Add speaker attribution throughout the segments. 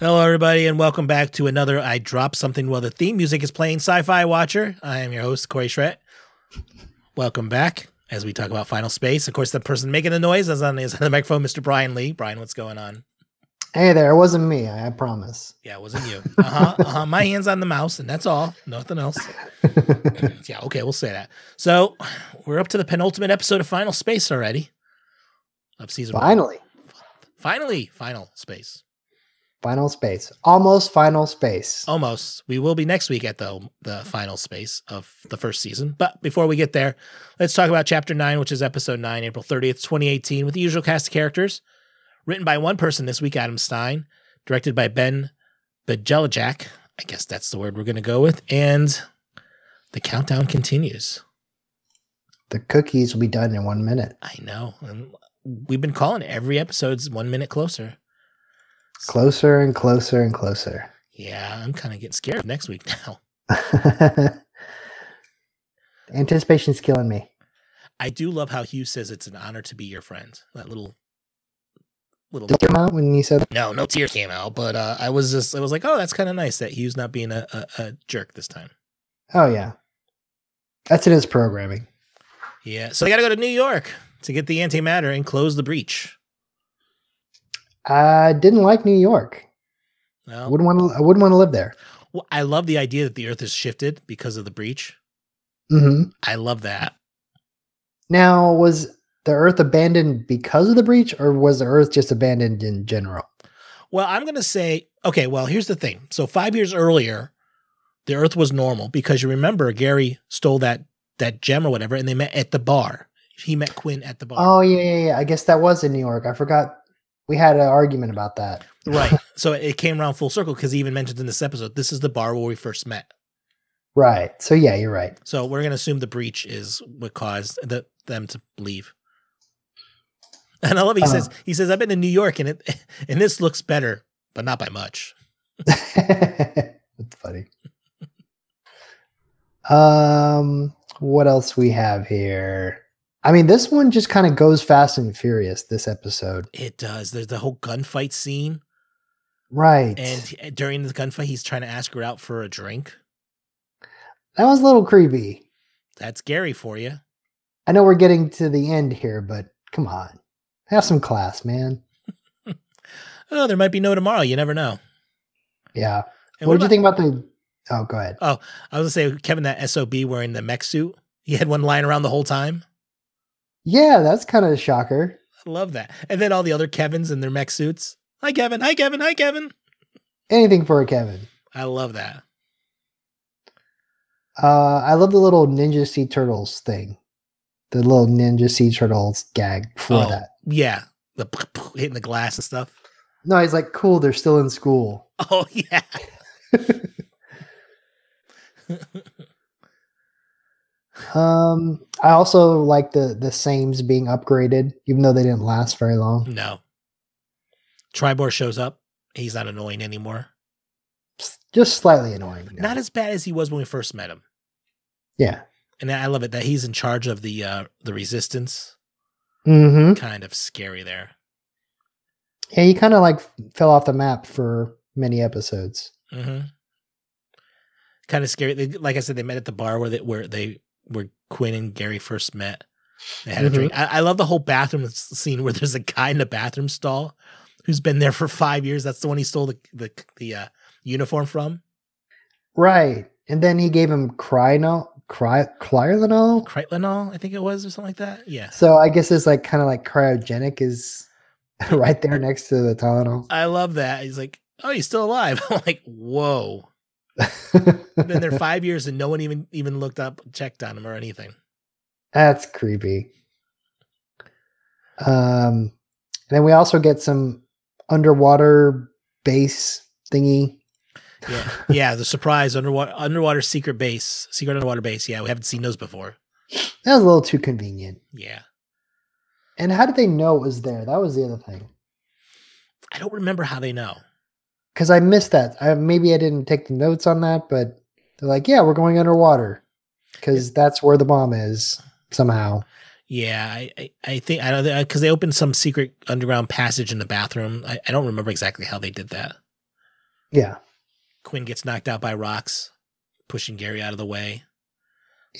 Speaker 1: Hello, everybody, and welcome back to another I Drop Something While the Theme Music is Playing Sci Fi Watcher. I am your host, Corey Schrett. Welcome back as we talk about Final Space. Of course, the person making the noise is on, is on the microphone, Mr. Brian Lee. Brian, what's going on?
Speaker 2: Hey there, it wasn't me. I, I promise.
Speaker 1: Yeah, it wasn't you. Uh huh. uh-huh. My hand's on the mouse, and that's all. Nothing else. yeah, okay, we'll say that. So we're up to the penultimate episode of Final Space already of season one.
Speaker 2: Finally,
Speaker 1: Finally, Final Space.
Speaker 2: final space, almost final space.
Speaker 1: Almost. We will be next week at the the final space of the first season. But before we get there, let's talk about chapter nine, which is episode nine, April 30th, 2018, with the usual cast of characters. Written by one person this week, Adam Stein, directed by Ben Bejeljak. I guess that's the word we're gonna go with. And the countdown continues.
Speaker 2: The cookies will be done in one minute.
Speaker 1: I know. And we've been calling it every episode's one minute closer.
Speaker 2: Closer and closer and closer.
Speaker 1: Yeah, I'm kind of getting scared of next week now.
Speaker 2: Anticipation's killing me.
Speaker 1: I do love how Hugh says it's an honor to be your friend. That little, little.
Speaker 2: Did it come out when you said that?
Speaker 1: No, no tear came out, but uh, I was just, I was like, oh, that's kind of nice that Hugh's not being a, a, a jerk this time.
Speaker 2: Oh, yeah. That's in his programming.
Speaker 1: Yeah, so they got to go to New York to get the antimatter and close the breach.
Speaker 2: I didn't like New York. I
Speaker 1: Well,
Speaker 2: wouldn't want to. I wouldn't want to live there.
Speaker 1: well, I love the idea that the Earth is shifted because of the breach.
Speaker 2: hmm
Speaker 1: I love that.
Speaker 2: Now, was the Earth abandoned because of the breach, or was the Earth just abandoned in general?
Speaker 1: Well, I'm going to say, okay, well, here's the thing. So 5 years earlier, the earth was normal because you remember Gary stole that that gem or whatever and they met at the bar. He met Quinn at the bar.
Speaker 2: Oh yeah, yeah, yeah. I guess that was in New York. I forgot. We had an argument about that.
Speaker 1: Right. So it came around full circle cuz he even mentions in this episode this is the bar where we first met.
Speaker 2: Right. So yeah, you're right.
Speaker 1: So we're going to assume the breach is what caused the, them to leave. And I love
Speaker 2: Uh.
Speaker 1: it. He says he says I've been in New York and it and this looks better, but not by much.
Speaker 2: That's funny. Um, what else we have here? I mean, this one just kind of goes fast and furious. This episode,
Speaker 1: It does. There's the whole gunfight scene
Speaker 2: right?
Speaker 1: And he- during the gunfight, he's trying to ask her out for a drink.
Speaker 2: that was a little creepy.
Speaker 1: That's Gary for you.
Speaker 2: I know we're getting to the end here, but come on, have some class, man.
Speaker 1: Oh, there might be no tomorrow. You never know.
Speaker 2: Yeah.
Speaker 1: And what
Speaker 2: what did you
Speaker 1: about-
Speaker 2: think about the? Oh, go ahead.
Speaker 1: I was gonna say Kevin, that sob wearing the mech suit. He had one lying around the whole time.
Speaker 2: Yeah, that's kind of a shocker.
Speaker 1: I love that. And then all the other Kevins in their mech suits. Hi Kevin. Hi Kevin. Hi Kevin.
Speaker 2: Anything for a Kevin.
Speaker 1: I love that.
Speaker 2: Uh, I love the little Ninja Sea Turtles thing, the little Ninja Sea Turtles gag for
Speaker 1: Oh,
Speaker 2: that.
Speaker 1: Yeah, the hitting the glass and stuff.
Speaker 2: No, he's like, cool, they're still in school.
Speaker 1: Oh yeah.
Speaker 2: Um, I also like the the Sames being upgraded, even though they didn't last very long.
Speaker 1: No. Tribor shows up. He's not annoying anymore.
Speaker 2: S- Just slightly annoying. you know.
Speaker 1: Not as bad as he was when we first met him.
Speaker 2: yeah.
Speaker 1: And I love it that he's in charge of the uh, the resistance.
Speaker 2: Mm-hmm.
Speaker 1: kind of scary there.
Speaker 2: Yeah, he kind of like fell off the map for many episodes.
Speaker 1: hmm Kind of scary. They, like I said, they met at the bar where they where they where Quinn and Gary first met. They had
Speaker 2: Mhm.
Speaker 1: a drink. I, I love the whole bathroom s- scene where there's a guy in the bathroom stall who's been there for five years. That's the one he stole the the, the uh, uniform from.
Speaker 2: Right. And then he gave him Crino, Cry, Clyrinol.
Speaker 1: Kreitlinol, I think it was, or something like that. Yes.
Speaker 2: So I guess it's like kind of like cryogenic is right there next to the Tylenol.
Speaker 1: I love that. He's like, oh, he's still alive. I'm like, whoa. Been there five years and no one even even looked up, checked on him or anything.
Speaker 2: That's creepy. Um, and then we also get some underwater base thingy.
Speaker 1: Yeah, yeah. The surprise underwater underwater secret base, secret underwater base. Yeah, we haven't seen those before.
Speaker 2: That was a little too convenient.
Speaker 1: Yeah,
Speaker 2: And how did they know it was there? That was the other thing.
Speaker 1: I don't remember how they know.
Speaker 2: Because I missed that. I, maybe I didn't take the notes on that, but they're like, yeah, we're going underwater because that's where the bomb is somehow.
Speaker 1: Yeah, I I, I think I don't uh, because they opened some secret underground passage in the bathroom. I, I don't remember exactly how they did that.
Speaker 2: Yeah.
Speaker 1: Quinn gets knocked out by rocks, pushing Gary out of the way.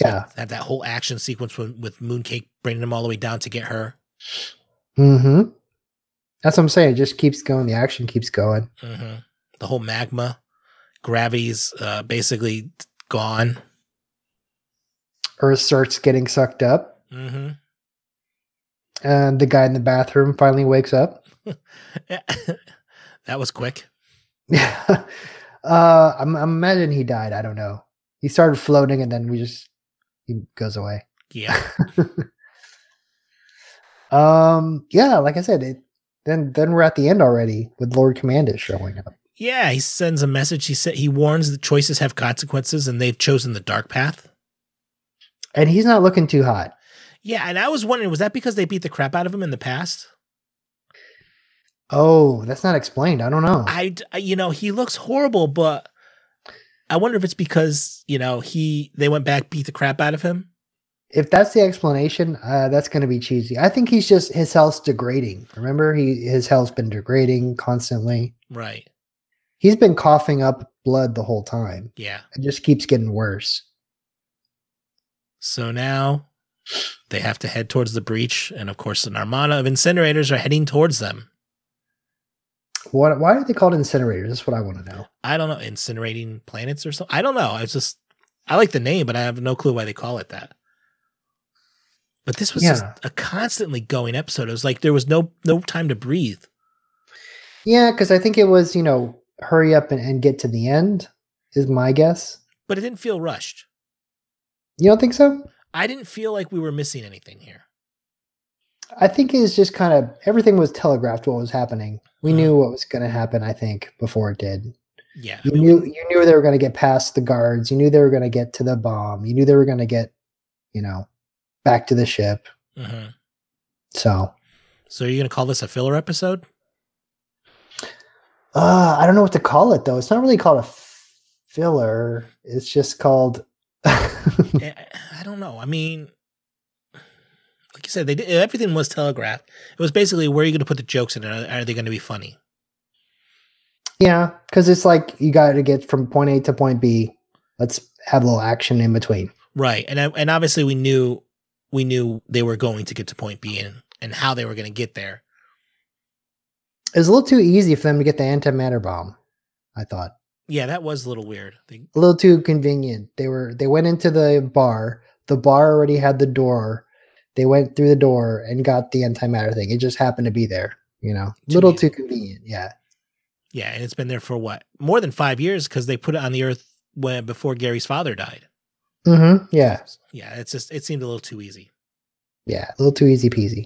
Speaker 2: Yeah.
Speaker 1: Have that whole action sequence with, with Mooncake bringing him all the way down to get her.
Speaker 2: Mm-hmm. That's what I'm saying. It just keeps going. The action keeps going.
Speaker 1: hmm The whole magma, gravity's uh, basically gone.
Speaker 2: Earth starts getting sucked up,
Speaker 1: hmm
Speaker 2: and the guy in the bathroom finally wakes up.
Speaker 1: that was quick.
Speaker 2: Yeah. uh, I'm, I'm imagining he died. I don't know. He started floating, and then we just he goes away.
Speaker 1: Yeah.
Speaker 2: Um, yeah, like I said, it then then we're at the end already with Lord Commandus showing up.
Speaker 1: Yeah, he sends a message. He said he warns the choices have consequences and they've chosen the dark path.
Speaker 2: And he's not looking too hot.
Speaker 1: Yeah, and I was wondering, was that because they beat the crap out of him in the past?
Speaker 2: Oh, that's not explained. I don't know.
Speaker 1: I, d- I- you know, he looks horrible, but I wonder if it's because you know he they went back beat the crap out of him.
Speaker 2: if that's the explanation, uh, that's going to be cheesy. I think he's just his health's degrading. Remember, he his health's been degrading constantly.
Speaker 1: Right.
Speaker 2: He's been coughing up blood the whole time.
Speaker 1: Yeah.
Speaker 2: It just keeps getting worse.
Speaker 1: So now they have to head towards the breach, and of course, an armada of incinerators are heading towards them.
Speaker 2: What? Why are they called incinerators? That's what I want to know.
Speaker 1: I don't know, incinerating planets or something. I don't know. I was just, I like the name, but I have no clue why they call it that. But this was just
Speaker 2: Yeah.
Speaker 1: a constantly going episode. It was like there was no no time to breathe.
Speaker 2: Yeah, because I think it was you know hurry up and, and get to the end is my guess.
Speaker 1: But it didn't feel rushed.
Speaker 2: You don't think so?
Speaker 1: I didn't feel like we were missing anything here.
Speaker 2: I think it was just kind of everything was telegraphed what was happening. We knew what was going to happen. I think before it did.
Speaker 1: Yeah. I
Speaker 2: You
Speaker 1: mean,
Speaker 2: knew you knew they were going to get past the guards. You knew they were going to get to the bomb. You knew they were going to get, you know, back to the ship.
Speaker 1: mhm.
Speaker 2: So
Speaker 1: So you're gonna call this a filler episode?
Speaker 2: uh, I don't know what to call it though. It's not really called a f- filler. It's just called.
Speaker 1: I Eh, I- I don't know. I mean, like you said, they did, everything was telegraphed. It was basically where are you going to put the jokes in? And are, are they going to be funny?
Speaker 2: yeah, because it's like you got to get from point A to point B. Let's have a little action in between.
Speaker 1: Right. And I, and obviously we knew we knew they were going to get to point B and, and how they were going to get there.
Speaker 2: It was a little too easy for them to get the antimatter bomb. I thought.
Speaker 1: Yeah, that was a little weird. They,
Speaker 2: a little too convenient. They were they went into the bar. The bar already had the door. They went through the door and got the antimatter thing. It just happened to be there, you know. A
Speaker 1: Too
Speaker 2: little
Speaker 1: easy.
Speaker 2: too convenient. Yeah.
Speaker 1: yeah, and it's been there for what more than five years because they put it on the earth when before Gary's father died.
Speaker 2: Mhm. Yeah.
Speaker 1: Yeah, it's just it seemed a little too easy.
Speaker 2: Yeah, a little too easy peasy.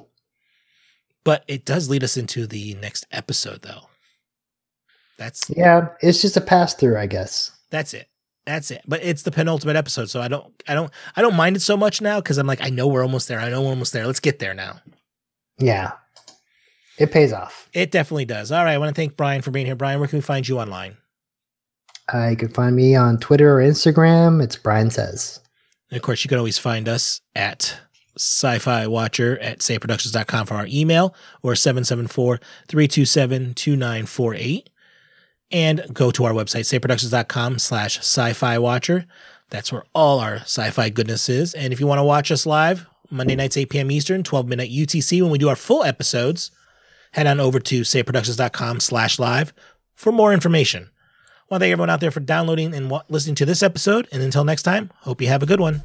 Speaker 1: But it does lead us into the next episode though. That's
Speaker 2: Yeah, it's just a pass through, I guess.
Speaker 1: That's it. That's it. But it's the penultimate episode, so I don't, I don't, I don't mind it so much now because I'm like, I know we're almost there. I know we're almost there. Let's get there now.
Speaker 2: Yeah. It pays off.
Speaker 1: It definitely does. All right, I want to thank Brian for being here. Brian, where can we find you online?
Speaker 2: Uh, you can find me on Twitter or Instagram. It's Brian Says.
Speaker 1: And of course, you can always find us at sci-fi watcher at sayproductions.com for our email or 774-327-2948 and go to our website sayproductions.com slash sci-fi watcher that's where all our sci-fi goodness is and if you want to watch us live monday nights 8 p.m eastern 12 midnight utc when we do our full episodes head on over to sayproductions.com slash live for more information I want to thank everyone out there for downloading and wa- listening to this episode and until next time hope you have a good one